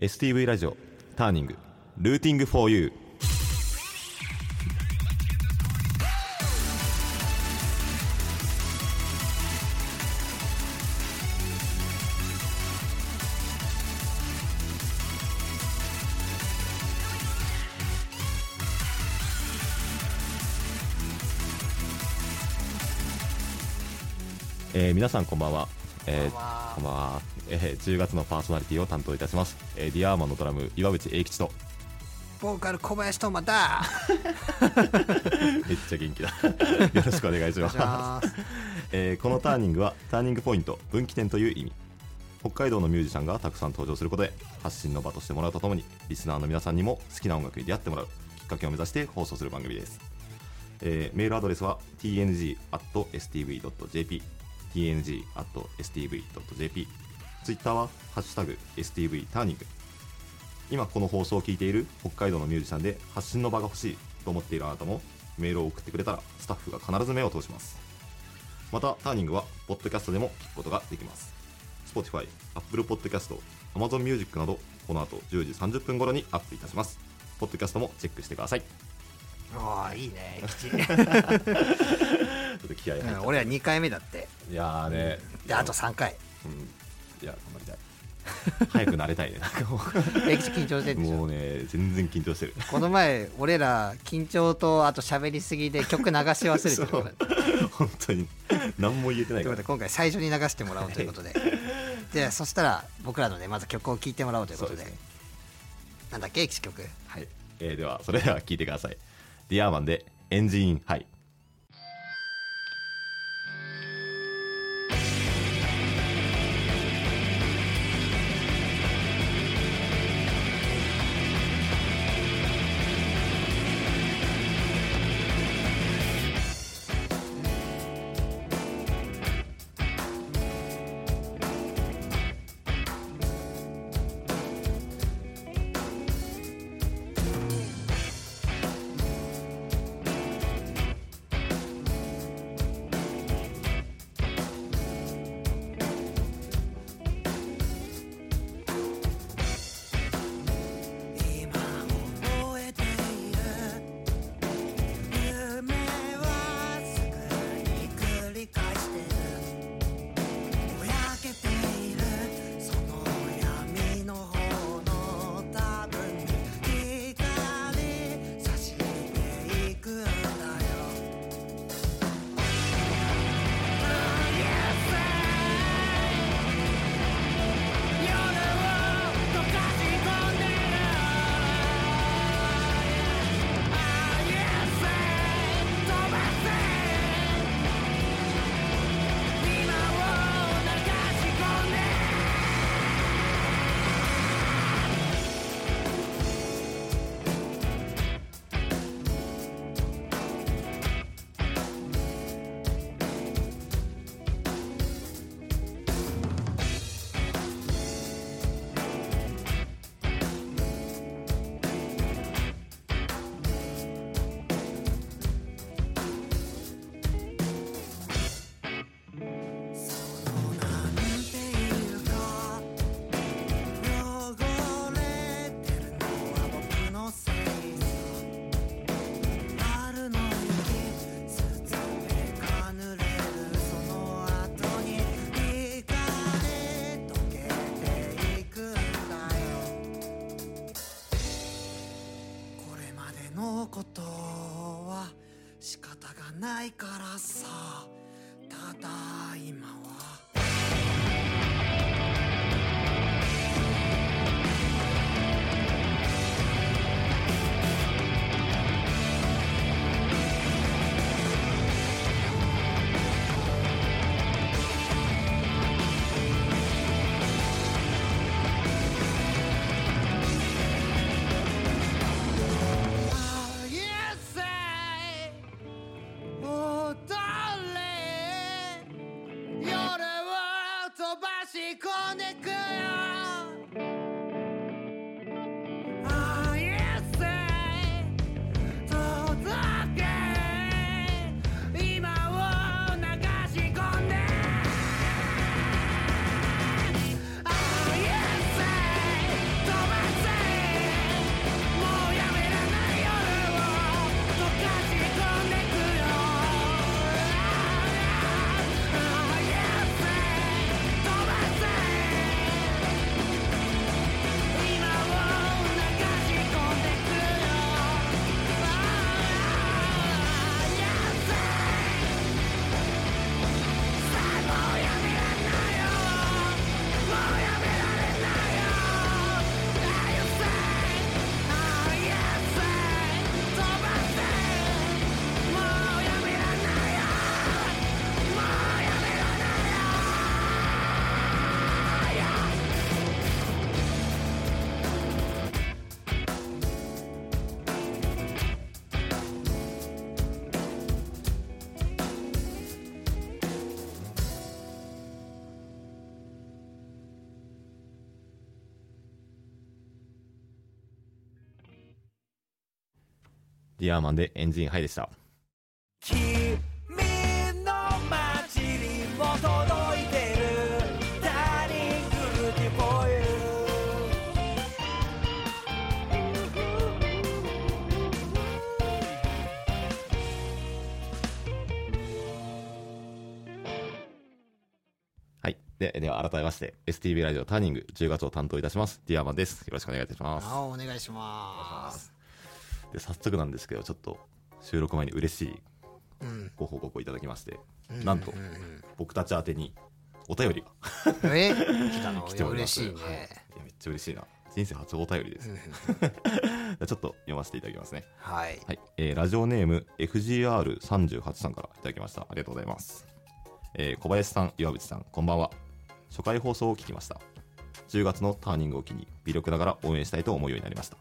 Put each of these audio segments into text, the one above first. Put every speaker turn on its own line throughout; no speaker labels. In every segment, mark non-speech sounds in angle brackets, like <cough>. STV ラジオターニングルーティング 4U えー皆さんこんばんは、えーこんばんは、えー10月のパーソナリティを担当いたします、えーディアーマンのドラム岩渕英吉と
ボーカル小林とまた
めっちゃ元気だよろしくお願いします
じゃあ
えーこのターニングはターニングポイント分岐点という意味北海道のミュージシャンがたくさん登場することで発信の場としてもらうとともにリスナーの皆さんにも好きな音楽に出会ってもらうきっかけを目指して放送する番組です、えーメールアドレスは tng.stv.jp tng.stv.jp ツイッターは「ハッシュタグ #stv ターニング」今この放送を聞いている北海道のミュージシャンで発信の場が欲しいと思っているあなたもメールを送ってくれたらスタッフが必ず目を通しますまたターニングはポッドキャストでも聞くことができます Spotify、Apple Podcast、Amazon Music などこの後10時30分頃にアップいたしますポッドキャストもチェックしてくださいち
おーいいね吉
ょっと気合い入っ
俺ら2回目だって
たいやーね
であと3回
うんいや頑張りたい <laughs> 早く慣れたいねなんかも
歴史緊張して
う
るでし
も
ょ
うね全然緊張してる
この前俺ら緊張とあと喋りすぎで曲流し忘れてるから
そう本当に何も言えてな
とい
いうから
ことで今回最初に流してもらおうということででそしたら僕らのねまず曲を聴いてもらおうということで
そうです
なんだっけ岸曲
はい、えーではそれでは聞いてくださいディアーマンでエンジンハイ
今覚えている夢はすぐに繰り返してるぼやけているその闇の方の多分に光差していくんだよ夜を溶かし込んでる ISA 飛ばせ今を流し込んでなんていうか汚れてるのは僕のせいさ春の雪すずめが濡れるその後に光溶けていくんだよこれまでのことは仕方がないからさただ今は「ゆせ踊れ」「夜を飛ばし込んでくよ」「あゆせ届け」「今を流し込んで」「あゆせ飛ば
ディアーマンでエンジンハイでした。
君の街にも届いてるダーリングルディボーイ
はい。で、では改めまして、STV ラジオターニング10月を担当いたします、ディアーマンです。よろしくお願いいたします。
あお願いします
で、早速なんですけど、ちょっと収録前に嬉しい
うん
ご報告をいただきまして、なんと、僕たち宛てにお便りが
え来たの
来
い
て
や
おりま
嬉
す。
しい
は
ね
いやめっちゃ嬉しいな。人生初お便りです。 <laughs>
うん
ちょっと読ませていただきますね。
はい
はい、えーラジオネーム FGR38 さんからいただきましたありがとうございます、えー小林さん岩渕さんこんばんは初回放送を聞きました10月のターニングを機に微力ながら応援したいと思うようになりました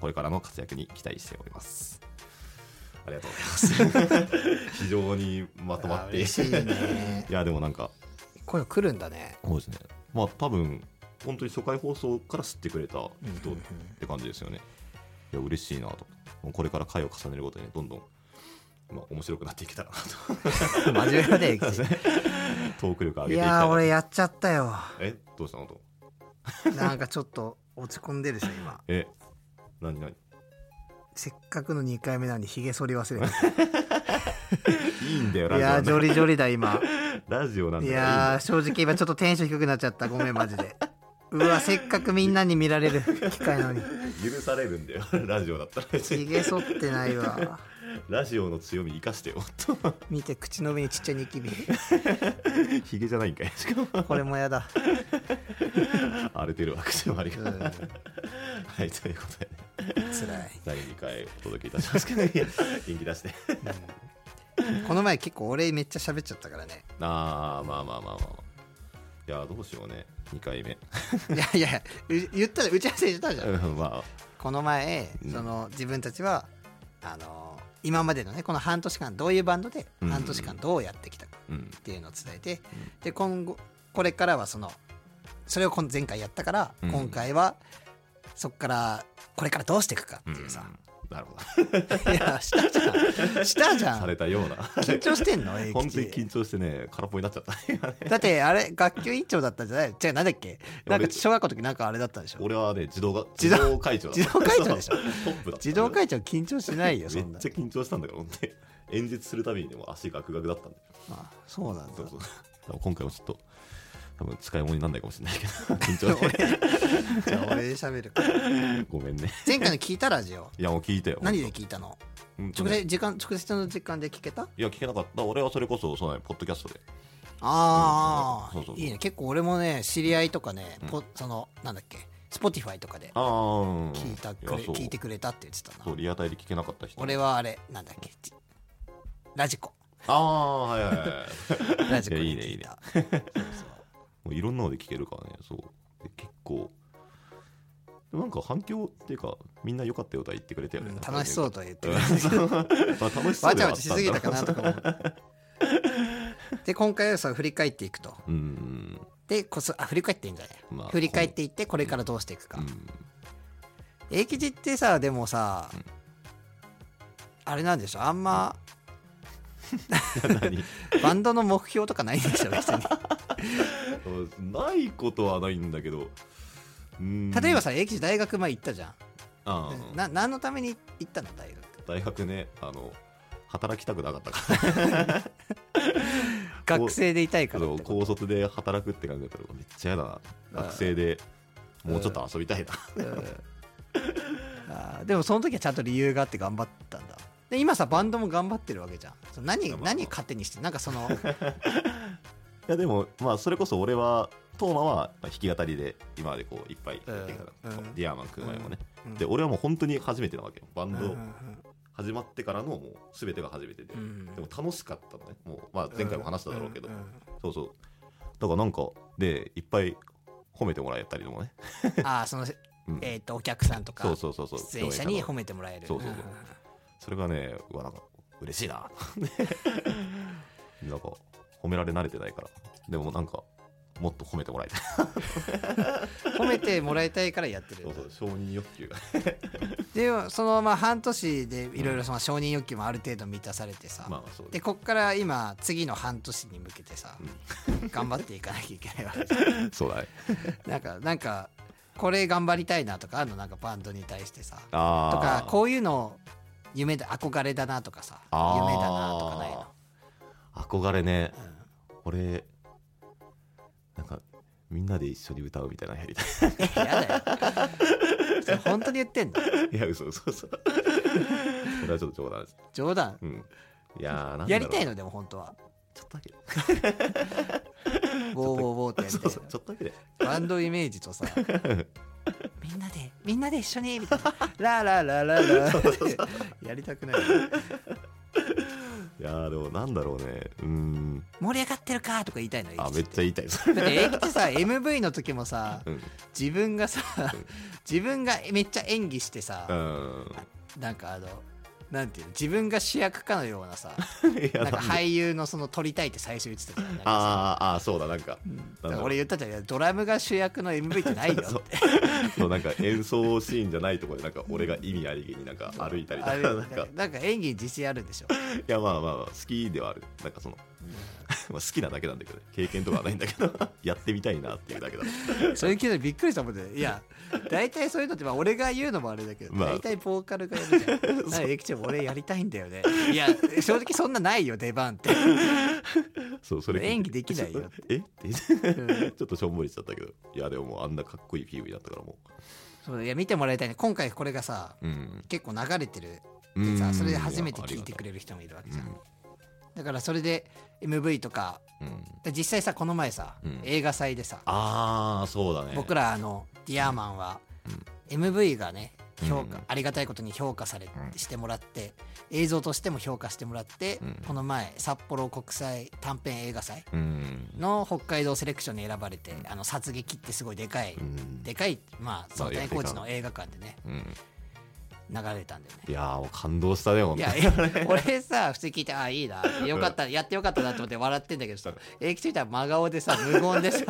これからの活躍に期待しておりますありがとうございます
<laughs>
非常にまとまってい
嬉しい <laughs> ね
やでもなんか
こういうの来るんだね
そうですねまあ多分本当に初回放送から知ってくれた人
うんうん
って感じですよね。いや、嬉しいなと。もうこれから回を重ねるごとにね、どんどん、まあ、面白くなっていけた
<laughs>
らなと。
真面目だ <laughs> ね
トーク力上
い
げていきたいな
やー
と。
俺やっちゃったよ
え、どうしたのと。
なんかちょっと落ち込んでるし今
え、何何
せっかくの2回目なのにひげ剃り忘
<laughs>
れて
いいんだよ、
いや
ラ
ー
ジ
ジ
オな
ョ
んだ。
リジョリだ今
ラジオなん
い
だからいいんだ
や
よ
ー正直今ちょっとテンション低くなっちゃったごめんマジでうわせっかくみんなに見られる機会なのに
許されるんだよ、ラジオだったら別
ひ
に。
げ剃ってないわ
ラジオの強み生かしてよ、と。
見て口の上にちっちゃいニキビ
ヒゲじゃないんかい。しかも、
これもやだ、
<laughs> 荒れてるわけでもあり
う
が
ん、
とう。
辛
はい、ということでね、
い
第2回お届けいたし
<laughs>
ますけど、いや元気出して。
この前結構俺めっちゃ喋っちゃったからね
あーまあまあまあまあいやーどうしようね2回目 <laughs>
いやいやう言ったら打ち合わせしたじゃん
うんまあ
この前
うん
その自分たちはあの今までのねこの半年間どういうバンドで
うん
半年間どうやってきたか
うん
っていうのを伝えて、で今後これからはそのそれを今前回やったから、
うん
今回はそこからこれからどうしていくかっていうさ、
うんなるほ
いやしたじゃんしたじ
ど
ゃ
さ
ん
れたような
緊張してん
<laughs>
の永
本当に
吉
緊張してね空っぽになっちゃった今ね
だってあれ学級委員長だったんじゃない違うなんだっけなんか小学校の時なんかあれだったでしょ
俺はね自動が
自
自動
動
会長だった
自動会長でしょ
<laughs> トップだった
自動会長緊張しないよそ
めっ
んな
ちゃ緊張したんだけど本当に演説するたびにでも足ガクガクだったんだよ
あそうなんだ
そうそうでも今回もちょっと多分使い物にならないかもしれないけど緊張
<laughs>
して
じゃあ俺喋るから
ごめんね
前回の聞いたラ
<laughs>
ジオ
いやもう聞いたよ
何で聞いたの
うん
直接時間直接の時間で聞けた
いや聞けなかった俺はそれこそそうねポッドキャストで
あ
そうそう
あ
そう
いいね結構俺もね知り合いとかね、
うん
ポそのなんだっけ Spotify とかで
ああうん
聞いたくれ
やそう
聞いてくれたって言ってた
そ
な
うリアタイで聞けなかった人
俺はあれなんだっけちラジコ
ああはいはいはい
ラジコで
いやいいね
聞いたそう
<laughs> もういろんなので聞けるからねそうで結構でもなんか反響っていうかみんな良かったよとは言ってくれた
そう
よね、
うん楽しそうとは言ってくれた
うんそうまあ楽しそう
わ
で
ち
は
ゃ
あ
わ
っ
ちゃしすぎたかな
たんだ
とか思って
<laughs>
で今回はさ振り返っていくと
ろううん
でこそあ振り返っていいんじゃない、
まあ
振り返っていってこれからどうしていくか、
うん
英吉ってさでもさ、
うん
あれなんでしょあんま
<laughs> 何
<laughs> バンドの目標とかないんでしょ別に
ないことはないんだけどうん
例えばさ英吉大学前行ったじゃん、
ああ
な何のために行ったの大学
大学ねあの働きたくなかった
<laughs>
から
学生でいたいからってこ
高卒で働くって考えたらめっちゃ嫌だな学生でもうちょっと遊びたいな
と、うんあーでもその時はちゃんと理由があって頑張ったんだで今さバンドも頑張ってるわけじゃんその何
まあまあ
何糧にしてなんかその
いやでもまあそれこそ俺はトーマは弾き語りで今までこういっぱいやってきたから、
うんうん
ディアーマン君前もね、
う
<laughs>
ん
で俺はもう本当に初めてなわけよバ
う
ン
んうんう
ド
ん
始まってからのもう全てが初めてで、
うん
でも楽しかったのねもう、まあ、前回も話しただろうけど、
んん
そうそうだからなんかでいっぱい褒めてもらえたりとかね、
ああその、
うん
えっ、とお客さんとか
そうそうそうそう
出演者に
共
褒
の
めてもらえる
そうそうそうん
んん
それがねうわなんか <laughs> 嬉しいななんか褒められ慣れてないからでもなんかもっと褒めてもらいたい
褒めてもらいたいからやってる
そうそう承認欲求が
でそのまあ半年でいろいろその承認欲求もある程度満たされてさ、
<laughs> まあまあそう
で
で
こっから今次の半年に向けてさ、頑張っていかなきゃいけないわけじ
<laughs> そうだね
ゃんなんかなんかこれ頑張りたいなとかあるのなんかバンドに対してさ
あ
と
ー
かこういうの夢だ憧れだなとかさ
あー
夢だなとかないの
憧れね、俺なんかみんなで一緒に歌うみたいなのやりたい
や <laughs> だよそれ本当に言ってんの
<laughs> いや嘘嘘嘘これはちょっと冗談です
冗談
うんいやーなんだろう
やりたいのでも本当は
ちょっとだけ
ウォーウォーウォーってやり
<laughs> そう
た
そ
いうの
ちょっとだけで
<laughs> バンドイメージとさみんなでみんなで一緒にみたいな <laughs> ラララララやりたくない
いやーでもなんだろうねうーん
盛り上がってるかとか言いたいの
あ
永
めっ
吉
ちゃ言いたいそれ
だって永吉さ MV の時もさ
うん
自分がさ自分がめっちゃ演技して
う
さ
ん <laughs>
なんかあのなんていうの自分が主役かのようなさ
いや
なんか
なんで
俳優のその撮りたいって最初言ってたじゃんなんかさ
あーあーそうだなんか
だ
なん
か
だ
ら
ろう
俺言ったじゃんドラムが主役の MV ってないよ
<laughs> そう
って
そうなんか演奏シーンじゃないところでなんか俺が意味ありげになんか歩いたりと
あ
か
れ
な
なんん
か
かなんか演技に自信あるんでしょ
いやまあまあまあ好きではあるなんかその <laughs> まあ好きなだけなんだけどね経験とかはないんだけど <laughs> やってみたいなっていうだけだ
それ聞いてびっくりしたもんねいや大体そういうのってまあ俺が言うのもあれだけど、
まあ
大体ボーカルがやるじゃん「なんかエキちゃん俺やりたいんだよね」いや正直そんなないよ出番って、
そうそれ
演技できないよ
<laughs> えってち
うん
ょっとしょんぼりしちゃったけどいやでももうあんなかっこいい PV だったからも
そういや見てもらいたいね今回これがさ
ううん
結構流れてる
うん
でさそれで初めて聞いてくれる人もいるわけじゃん、だからそれで MV とか
うん
で実際さこの前さ、
うん
映画祭でさ
ああそうだね
僕らあのディアーマンは MV がね評価、
うん
ありがたいことに評価され、
うん
してもらって映像としても評価してもらって、
うん
この前札幌国際短編映画祭
うん
の北海道セレクションに選ばれて、あの殺撃ってすごいでかい、
うん
でかいまあその
まあ
谷高知の映画館でね
うん
流れたんだよね
いやーもう感動したね本
い
当
やいや俺さ普通に聞いてあいいなよかったやってよかったなと思って笑ってんだけどさ永吉みたいな真顔でさ無
<laughs>
言でさ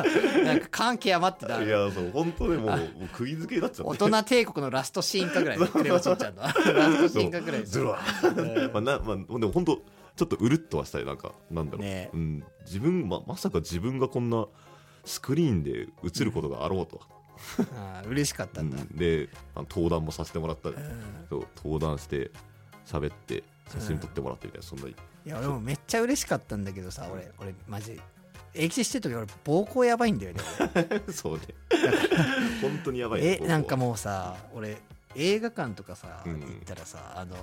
なんか感極まってた
いやそう本当ねもうもう釘付けだっちゃ
大
っ
人帝国のラストシーンかぐらいねクレヨンしんちゃんの
<laughs>
ラストシーンかぐらい
て
です
ずるわ <laughs> まあなまあでも本当ちょっとうるっとはしたいなんかなんだろう、
ね
うん、自分ままさか自分がこんなスクリーンで映ることがあろうとは、
あー嬉しかったんだ、
うんであの登壇もさせてもらったり、そう登壇して喋って写真撮ってもらってみたいな、そんない
いや俺もめっちゃ嬉しかったんだけどさ俺俺マジ永吉してる時俺膀胱やばいんだよね
<laughs>
<laughs>
そうね本当にやばいね
えなんか
僕は
もうさ俺映画館とかさ
う
行
ん
ったらさ、あの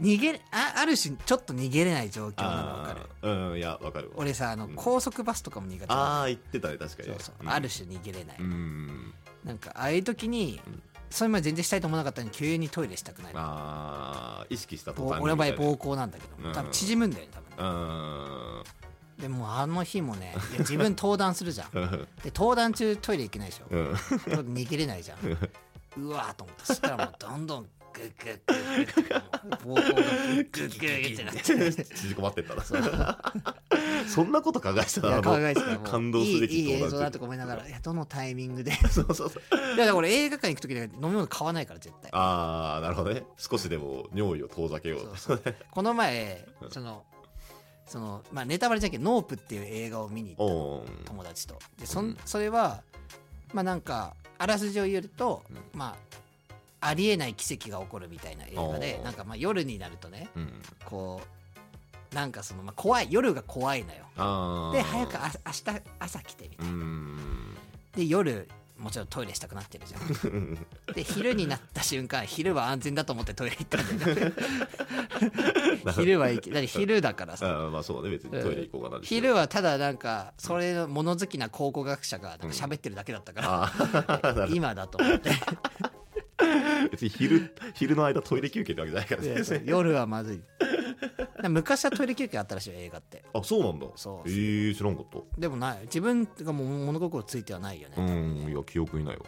逃げあある種ちょっと逃げれない状況なの分かる
あーうんいやわかるわ
俺さあの
うん
高速バスとかも苦手なの
ああ言ってたね確かに
そうそう、
ん
ある種逃げれない、
うん
なんかああいう時に、
うん
それまで全然したいと思わなかったのに急にトイレしたくない
あー意識した
ぼ
途端に
俺の場合
みたいな
膀胱なんだけど、
うん
多分縮むんだよね多分でもうあの日もねいや自分登壇するじゃんで登壇中トイレ行けないでしょ
う、んうん
逃げれないじゃんうわーと思ってそしたらもうどんどんグッグッグッグッグッもう膀胱がグッグッグッってなって
縮こまってったなそんなこと考えてた
い
な
や
あ
考
の
えてたもう
感動すべき
いいいい
登壇中
映像だとか思いながらいやどのタイミングでい
そうそうそう
やだから俺映画館行く時なんか飲み物買わないから絶対
ああなるほどね少しでも尿意を遠ざけよう
そうそうこの前そのその、まあ、ネタバレじゃんけど「ノープ」っていう映画を見に行ったの
おー
友達とでそん、
うん
それはまあなんかあらすじを言うと、
うん
まあありえない奇跡が起こるみたいな映画で
おー
なんかまあ夜になるとね
うん
こうなんかその、まあ、怖い夜が怖いのよ
あー
で早くあ明日朝来てみた
う
いな、
ん
で夜もちろんトイレしたくなってるじゃん
うん
で昼になった瞬間昼は安全だと思ってトイレ行ったんだよね
<laughs> な
昼はいけだって昼だからさ
あーまあそうだね別にトイレ行こうかなですけど
昼はただなんかそれの物好きな考古学者がなんか喋ってるだけだったから、
あーなるほ
今だと思って
ど別に昼昼の間トイレ休憩ってわけじゃないからね
夜はまずいだから昔はトイレ休憩あったらしいよ映画って
あそうなんだ
そう
えー知らんかった
でもない自分がもう物心ついてはないよね、
うんいや記憶にないよ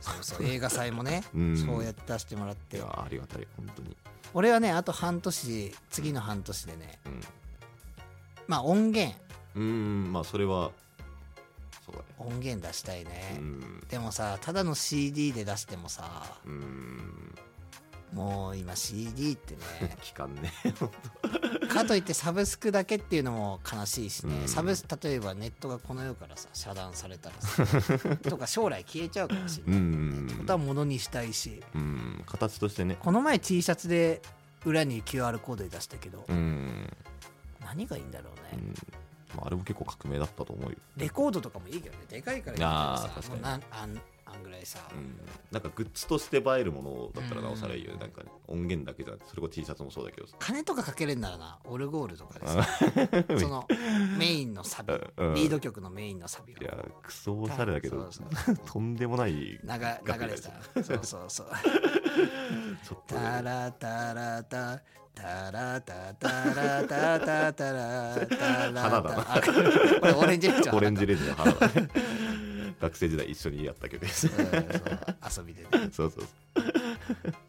そうそう映画祭もね、
うん
そうやって出してもらっ
い
て
やありがたい本当に
俺はねあと半年次の半年でね
うん
まあ音源
うーんまあそれはそうだね
音源出したいね、
うん
でもさただの CD で出してもさ
うん
もう今 CD ってね <laughs>
期間ね
かといってサブスクだけっていうのも悲しいしね、
うん
サブス例えばネットがこの世からさ遮断されたらさ
<laughs>
とか将来消えちゃうかもしれ
う
ない、
ん
ってことは物にしたいし
うん形としてね
この前 T シャツで裏に QR コードで出したけど、
うん
何がいいんだろう
う
ね、
んまああれも結構革命だったと思うよ、
レコードとかもいいけどねでかいからいいけど
あ
さ
ー確か
もう
に
なんあんあんぐらいさ、
うん、なんかグッズとして映えるものだったらなおさらいいよ
う
ね
ん
なんかね音源だけじゃなくてそれこそ T シャツもそうだけどさ
金とかかけれんならなオルゴールとかでさそのメインのサビリ
うん
ード曲のメインのサビが
いやクソおしゃれだけど
そうそう
とんでもない
流流れてたそうそうそう
ちょっとね
タラタラタタラタタラタタタラタラ
花だな
あこれオレンジレンジャー
オレンジレンジの花だね学生時代一緒にやったけどです
うんそう遊びでね
そうそうそう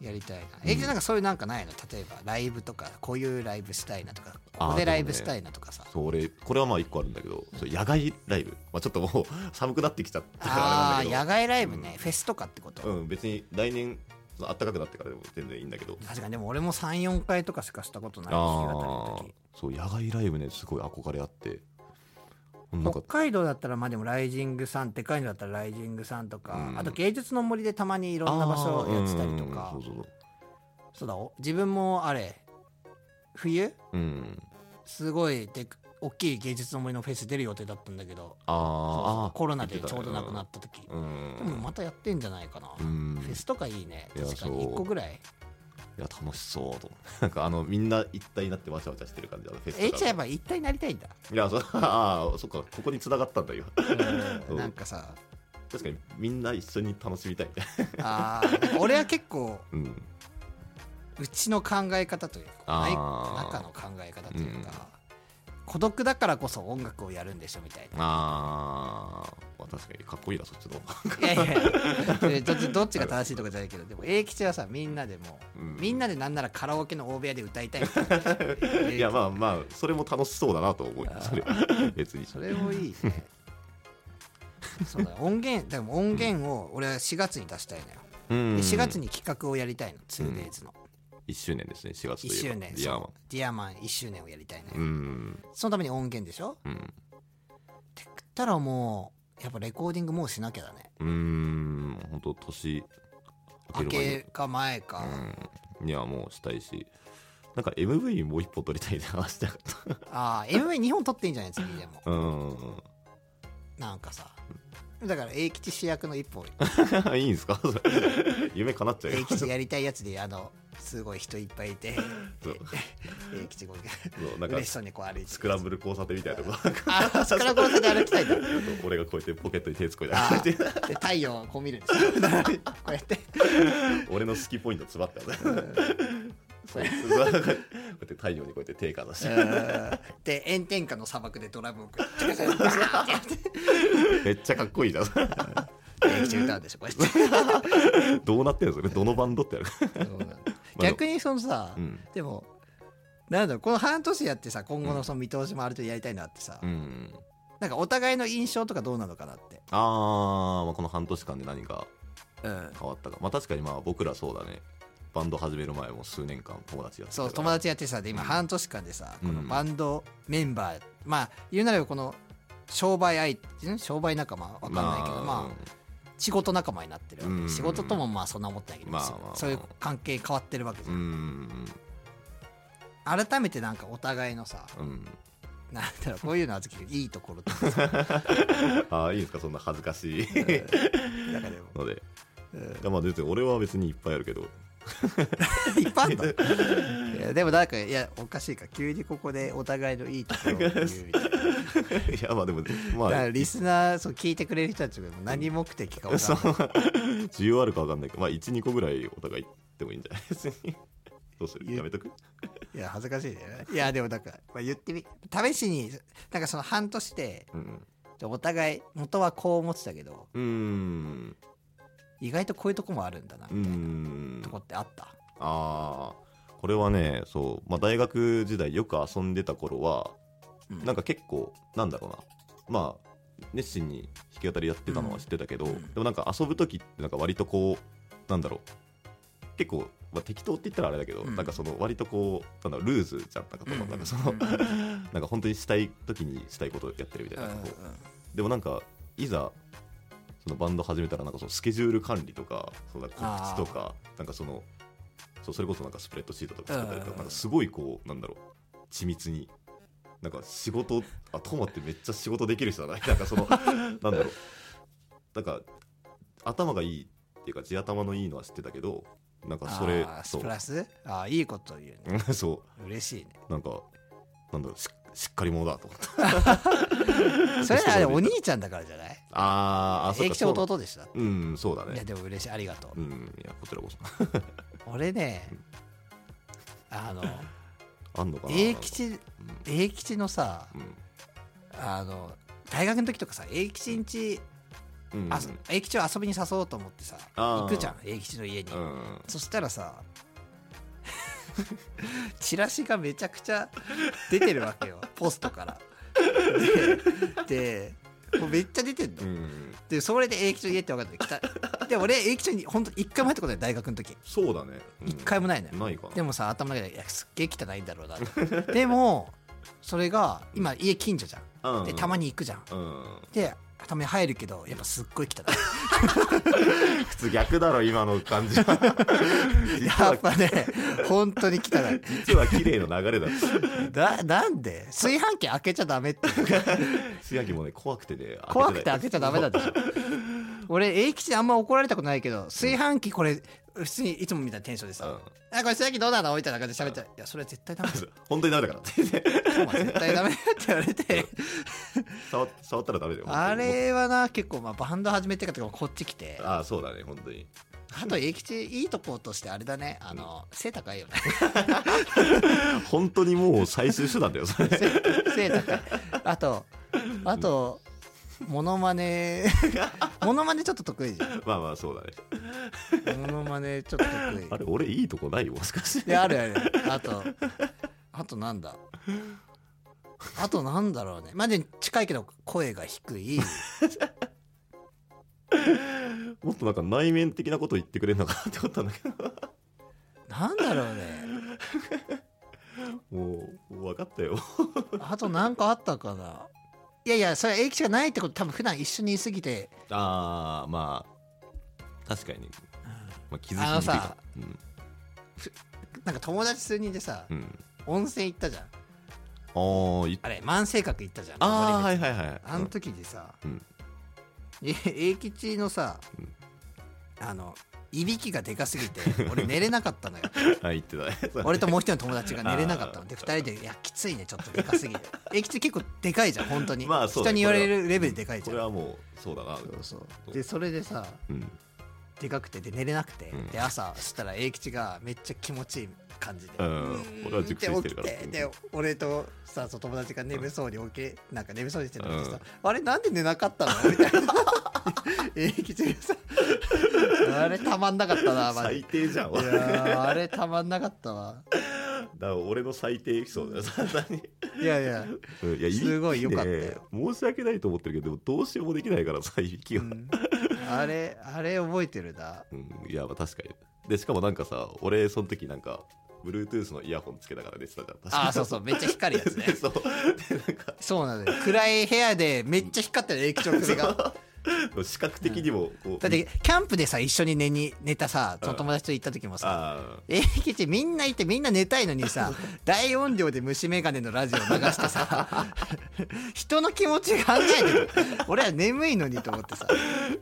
やりたいなえじゃあなんかそういうなんかないの例えばライブとかこういうライブしたいなとかここでライブしたいなとかさ
そう俺これはまあ一個あるんだけどそう野外ライブ、まあ、ちょっともう寒くなってきちゃったから
あ
あれ
ー
な
野
んだ
外ライブねフェスとかってこ
け
と
どうん別に来年その暖かくなってからでも全然いいんだけど
確かにでも俺も34回とかしかしたことない弾き語
あ
りの時
ーそう野外ライブねすごい憧れあってなん
北
か
海道だったらまあでもライジングさんでかいのだったらライジングさんとか、
うん
あと芸術の森でたまにいろんな場所をやってたりと
あー
か、
うんうんうんそうそう
そうだお自分もあれ冬
そううん
すごいでっ大きい芸術の森のフェス出る予定だったんだけど
あーあー
コロナでちょうどなくなった時
うん
でもまたやってんじゃないかな、
うん
フェスとかいいね
いや
確かに
そう
1個ぐらい
いや楽しそうと思ってなんかあのみんな一体になってわちゃわちゃしてる感じあのフェス
え
と
ちゃ
か
やっぱ一体になりたいんだ、
いやそう <laughs> ああそっかここに繋がったんだよ
う
そ
ん
う
なんかさ
確かにみんな一緒に楽しみたいみたいな
あーなんか俺は結構
うん
うちの考え方というかない
あー
中の考え方というか、孤独だからこそ音楽をやるんでしょみたいな。
あー、まあ確かにかっこいいなそっちの方が
いやいやいやどっちどっちが正しいとかじゃないけどでも永吉はさみんなでもう、
うん
みんなでなんならカラオケの大部屋で歌いたいみたいな
<laughs> いやまあまあそれも楽しそうだなと思うよそれ別に
それもいい
<laughs>
ねそうだ音源でも音源を俺は4月に出したいのよ、
うん
で4月に企画をやりたいの 2days の、
1周年ですね4月といえば
1周年
いやまあ
そうディアマン1周年をやりたいのよ、
うん
そのために音源でしょ
うん
って食ったらもうやっぱレコーディングもうしなきゃだね
うん本当年
明
明ける前に
けか前か、
うん、いやもうしたいしなんか MV もう一本撮りたいな話したかっ
ああ MV2 本撮っていいんじゃない次でも
たうん
なんかさだから永吉主役
<laughs>
の一本
いいんですかそれ夢叶っちゃうよ
永吉やりたいやつであのすごい人いっぱいいて <laughs>
そう
永吉こう
そうなんか
嬉しそうにこう歩いてる
スクランブル交差点みたいなとこなんか
あスクラブロで歩きたいんだ
俺がこうやってポケットに手突っ込んで
あ
歩いて
ーで太陽をこう見るんですよこうやって
俺の好きポイント詰まったよねそうそう <laughs> こうやって太陽にこうやって手かざして
で炎天下の砂漠でドラムをこうやってバーンってやって
めっちゃかっこいいじゃん
永吉歌うんでしょこうやって
どうなってんのそれどのバンドってやる
そうなんだ逆にそのさ、
うん
でもなんだろうこの半年やってさ今後のその見通しもある程度やりたいなってさ、
うん
なんかお互いの印象とかどうなのかなって、
あー、まあこの半年間で何が
うん、
変わったかまあ確かにまあ僕らそうだねバンド始める前も数年間友達やってた
そう友達やってさで今
うん
半年間でさ、この
うん
バンドメンバーまあ言うなればこの商売相手ん商売仲間わかんないけど、まあ仕事仲間になってるわけ、
うん
仕事ともまあそんな思ってないけど、
まあ
そ
まあまあ
そういう関係変わってるわけじ
う
ゃん、
ん
改めてなんかお互いのさ
うん
なんだろうこういうのはいいところとかさ
ああいいんですかそんな恥ずかしい
な
<laughs>
んかでも
ので、まあ別に俺は別にいっぱいあるけど
いっぱいあんのいやでもなんかいやおかしいか急にここでお互いのいいところを言うみたいな
いやまあでもま
だ
あ
からリスナーそう聞いてくれる人たちが何目的か分かんない
<laughs> 需要あるか分かんないけどまあ12個ぐらいお互い行ってもいいんじゃない <laughs> 別にどうするやめとく
いや恥ずかしいねいやでもなんか、まあ、言ってみ試しになんかその半年で
うん
お互い元はこう思ってたけど
うーん
意外とこういうとこもあるんだな
うー
みたいなんとこってあった
ああこれはねそう、まあ、大学時代よく遊んでた頃は
うん
なんか結構なんだろうなまあ熱心に弾き語りやってたのは知ってたけど、でもなんか遊ぶ時ってなんか割とこうなんだろう結構、まあ、適当って言ったらあれだけど、
うん
なんかその割とこうなんだろうルーズじゃんなんかとか、
うん
なんかその、
うん
なんか本当にしたい時にしたいことやってるみたいな、こうでもなんかいざそのバンド始めたらなんかそのスケジュール管理とかその告知とかなんかそのそうそれこそなんかスプレッドシートとか作ったりと
うんうんう
か
ん
なんかすごいこうなんだろう緻密になんか仕事あトマってめっちゃ仕事できる人だな <laughs> なんかそ
<laughs>
のなんだろうなんか頭がいいっていうか地頭のいいのは知ってたけどなんかそれ
あー
そう
プラスあーいいこと言うね
<laughs> そ
嬉しいね
うなんかなんだろうししっかり者だと思った
それあれお兄ちゃんだからじゃない
あーあそっ
英
か
吉
そう
弟でした
うんそうだ
いや
ね
でも嬉しいありがとう
うんいやこちらこそ
俺ねあの
あんのかな
英吉
うん
英吉のさ
うん
あの大学の時とかさ英吉んち
うんうん
あそ英吉を遊びに誘おうと思ってさ
あー
行くじゃん英吉の家に
うん
そしたらさ <laughs> チラシがめちゃくちゃ出てるわ
<laughs>
けよポストから。ででもうめっちゃ出てんの。
うん
でそれで永吉の家って分かった来たで俺永吉に本当一回も入ったことない大学の時
そうだねうん
一回もないのよ。
ないかな
でもさ頭の中でいやすっげえ汚いんだろうな
<laughs>
とでもそれが今家近所じゃ
うん
んでたまに行くじゃん
うん
で頭に入るけどやっぱすっごい汚
<laughs>
い
普通逆だろ今の感じは実
やっ
は
ぱね本当に汚い
実は綺麗な流れだった
<laughs> だなんで炊飯 <laughs> 器開けちゃダメって
素焼きもね怖くてね
怖くて開
け
けちゃダメだったでしょ <laughs> 俺永吉にあんま怒られたことないけど炊飯器これ普通にいつもみたいなテンションでさ
うん
「あこれ炊飯器どうなの?」みたいな感じで喋って「いやそれ絶対ダメだよ
本当にダメだから
お前絶対ダメだ」って言われ <laughs> て
触触ったらダメだよ本当に
あれはな結構まあバンド始めてからとかこっち来て
ああそうだね本当に
あと永吉いいとことしてあれだねあの背高いよね <laughs>
本当にもう最終手段だよそれ <laughs>
背高いあとあとモノマネ <laughs> モノマネちょっと得意じゃ
まあまあそうだね
んモノマネちょっと得意
あれ俺いいとこないもしかし
<laughs> いやあるあるあとあとなんだあとなんだろうねまあでも近いけど声が低い
<laughs> もっとなんか内面的なこと言ってくれるのかなって思ったんだけど <laughs>
なんだろうね
もうもう分かったよ
あとなんかあったかないやいやそれは英吉がないってこと多分普段一緒にいすぎて
ああまあ確かに、まあ、気づきにくい
あのさ
うん
なんか友達数人でさ
うん、
温泉行ったじゃん
ああい
あれ万世閣行ったじゃん
あーはいいはいはい
あの時にさ、
うん
え英吉のさ、
うん
あのいびきがでかすぎて俺寝れなかったのよ
あ言ってたね
<laughs> 俺ともう一人の友達が寝れなかった
あ
ので2人で「いやきついねちょっとで
<laughs>
かすぎて」駅吉結構でかいじゃん本当に、
まあそうだね
人に言われるレベルでかい
<laughs>
じ
こ
ゃん
れはもうそうだな
そうそうでそれでさ
うん
でかくてで寝れなくて、
うん
で朝そしたら英吉がめっちゃ気持ちいい感じで、
うん俺は熟
で
睡して
起き
るから
てで俺とさそう友達が眠そうに起きなんか眠そうにしてるのにさ
うん
「あれなんで寝なかったの?」みたいな <laughs> 英吉がさ「あれたまんなかったなマジ
最低じゃん
でい
俺だか
やーあれたまんなかったわ
ら俺の最低エピソードだよさすがに
いやいや
<laughs> うんいや
すごいよかったよ
びきね申し訳ないと思ってるけどでもどうしようもできないからさいびきは、
うんあれあれ覚えてるな
うん、いやまあ確かにでしかもなんかさ俺その時なんか Bluetooth のイヤホンつけながら寝てたじゃん確か
あーそうそうめっちゃ光るやつね
で <laughs> そうでなんか
<laughs> そうなのよ暗い部屋でめっちゃ光ってる液晶首がだ
視覚的にもこう、
ってキャンプでさ一緒に寝に寝たさその友達と行った時もさ
あ
英吉みんないてみんな寝たいのに <laughs> さ大音量で虫眼鏡のラジオ流してさ <laughs> 人の気持ち考えてる俺は眠いのにと思ってさ
あ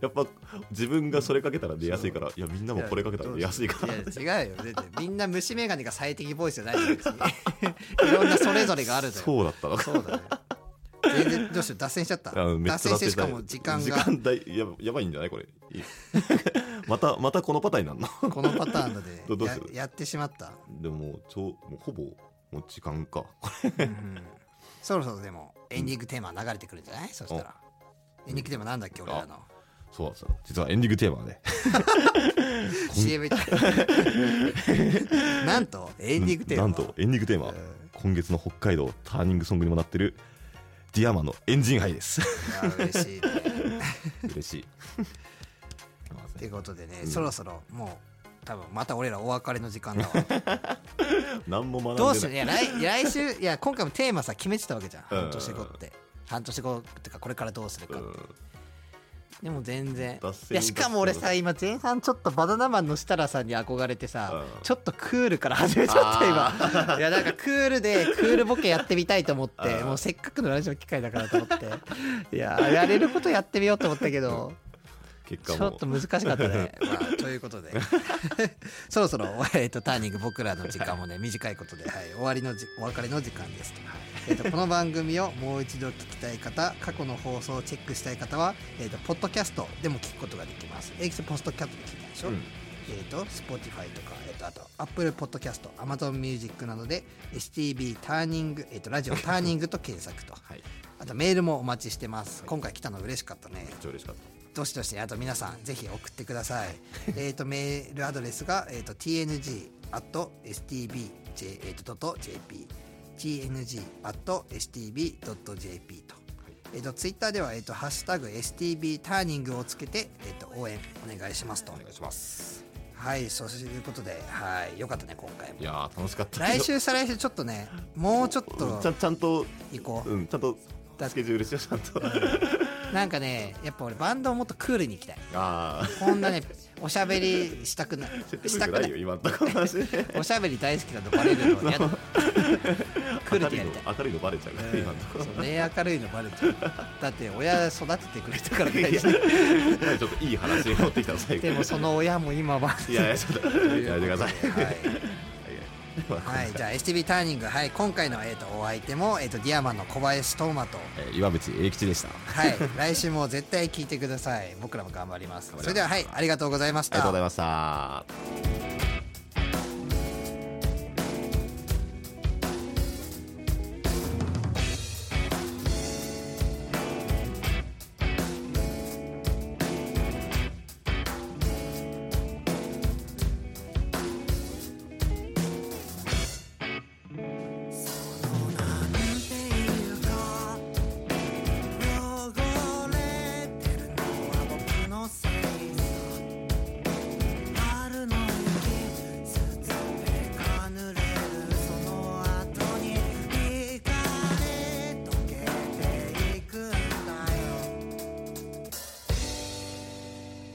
やっぱ自分がそれかけたら出やすいからいやみんなもこれかけたら出やすいから
いや違うよ全然みんな虫眼鏡が最適ボイスじゃないのよ別に <laughs> いろんなそれぞれがあるのよ
そうだったの
そうだね。全然どうしよう脱線しちゃった。
あめっちゃ
脱線してしかも時間
時
が
間大ややばいんじゃないこれいい <laughs> またまたこのパターンになるの
このパターンので
<laughs> どどう
や
する
やってしまった。
でももうちょもうほぼもう時間か
うんそろそろでもエンディングテーマ流れてくるんじゃない？そしたらエンディングテーマなんだっけ俺らの
そうなんですよ実はエンディングテーマはね
CM みたい <laughs> ななん
<laughs>
とエンディングテーマ
なんとエンディングテーマ
うん
今月の北海道ターニングソングにもなってるディアマのエンジンハイです
<laughs> いや嬉しいね。
嬉しい
ってことでね、そろそろもう多分また俺らお別れの時間だわ。
<laughs> 何も学んでない
どうするい
<laughs>
や来来週いや今回もテーマさ決めてたわけじゃん
うん
半年後って半年後ってかこれからどうするか、
うん
でも全然
脱線
いやしかも俺
脱
さ今前半ちょっとバナナマンの設楽さんに憧れてさ、
うん
ちょっとクールから始めちゃった今 <laughs> いやなんかクールでクールボケやってみたいと思って
うん
もうせっかくのラジオ機会だからと
<laughs>
思っていややれることやってみようと思ったけど
結
ち
果
ょ
も
っと難しかった
<laughs>
ね、まあ、ということで <laughs> そろそろ、えー、とターニング僕らの時間もね短いことで、はい、終わりのじお別れの時間ですと,、えー、とこの番組をもう一度聞きたい方過去の放送をチェックしたい方は、えー、とポッドキャストでも聞くことができますエキスポッドキャストで聞いたでしょ、
うん
えー、と Spotify とか、えー、とあと Apple Podcast Amazon Music などで STB ターニング、えー、とラジオターニングと検索と
はいめっ
あとメールもお待ちしてます今回来たの嬉しかったね
ちゃ嬉しかった
どしどしあと皆さんぜひ送ってく
<laughs>
ださいえっとメールアドレスが、えー、と tng stb.jp tng stb.jp と,、えー、とツイッターでは、えーと「ハッシュタグ #stb ターニング」をつけて、えー、と応援お願いしますと
お願いします
はいそういうことではいよかったね今回も
いやー楽しかったけ
来
ど
週再来週ちょっとねもうちょっ
うんちゃ
と
んちゃんと
行こう
うんちゃんと
だ
スケジュールしようちゃんと
なんかねやっぱ俺バンドをもっとクールに行きたい
ああ
こん
<laughs>
なねおしゃべりしたくない
説
した
得力
くな
ない
い
よ今のとこの話ね
<laughs> おしゃべり大好きなのバレるの
<laughs>
やだクールでやりたい
明るいの明るいのバレちゃうから今のところ
そうね明るいのバレちゃうだって親育ててくれたから
いや
大
ち
事
ょっといい話に持ってきたの最後
でもその親も今は
<laughs> いやいやちょっとやめてください
はい、はい、じゃあ STB ターニング、はい、今回の、えー、とお相手も、えー、とディアマンの小林トーマと
えー岩渕英吉でしたあ
はい
<laughs>
来週も絶対聞いてください僕らも頑張りますそれでははいありがとうございまし
りがとう
た
ございました
なんていうか汚れてるのは僕のせいさ春の雪すずめが濡れるその後に光溶けていくんだよ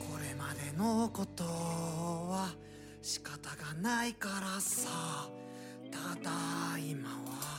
これまでのことは仕方がないからさただ今は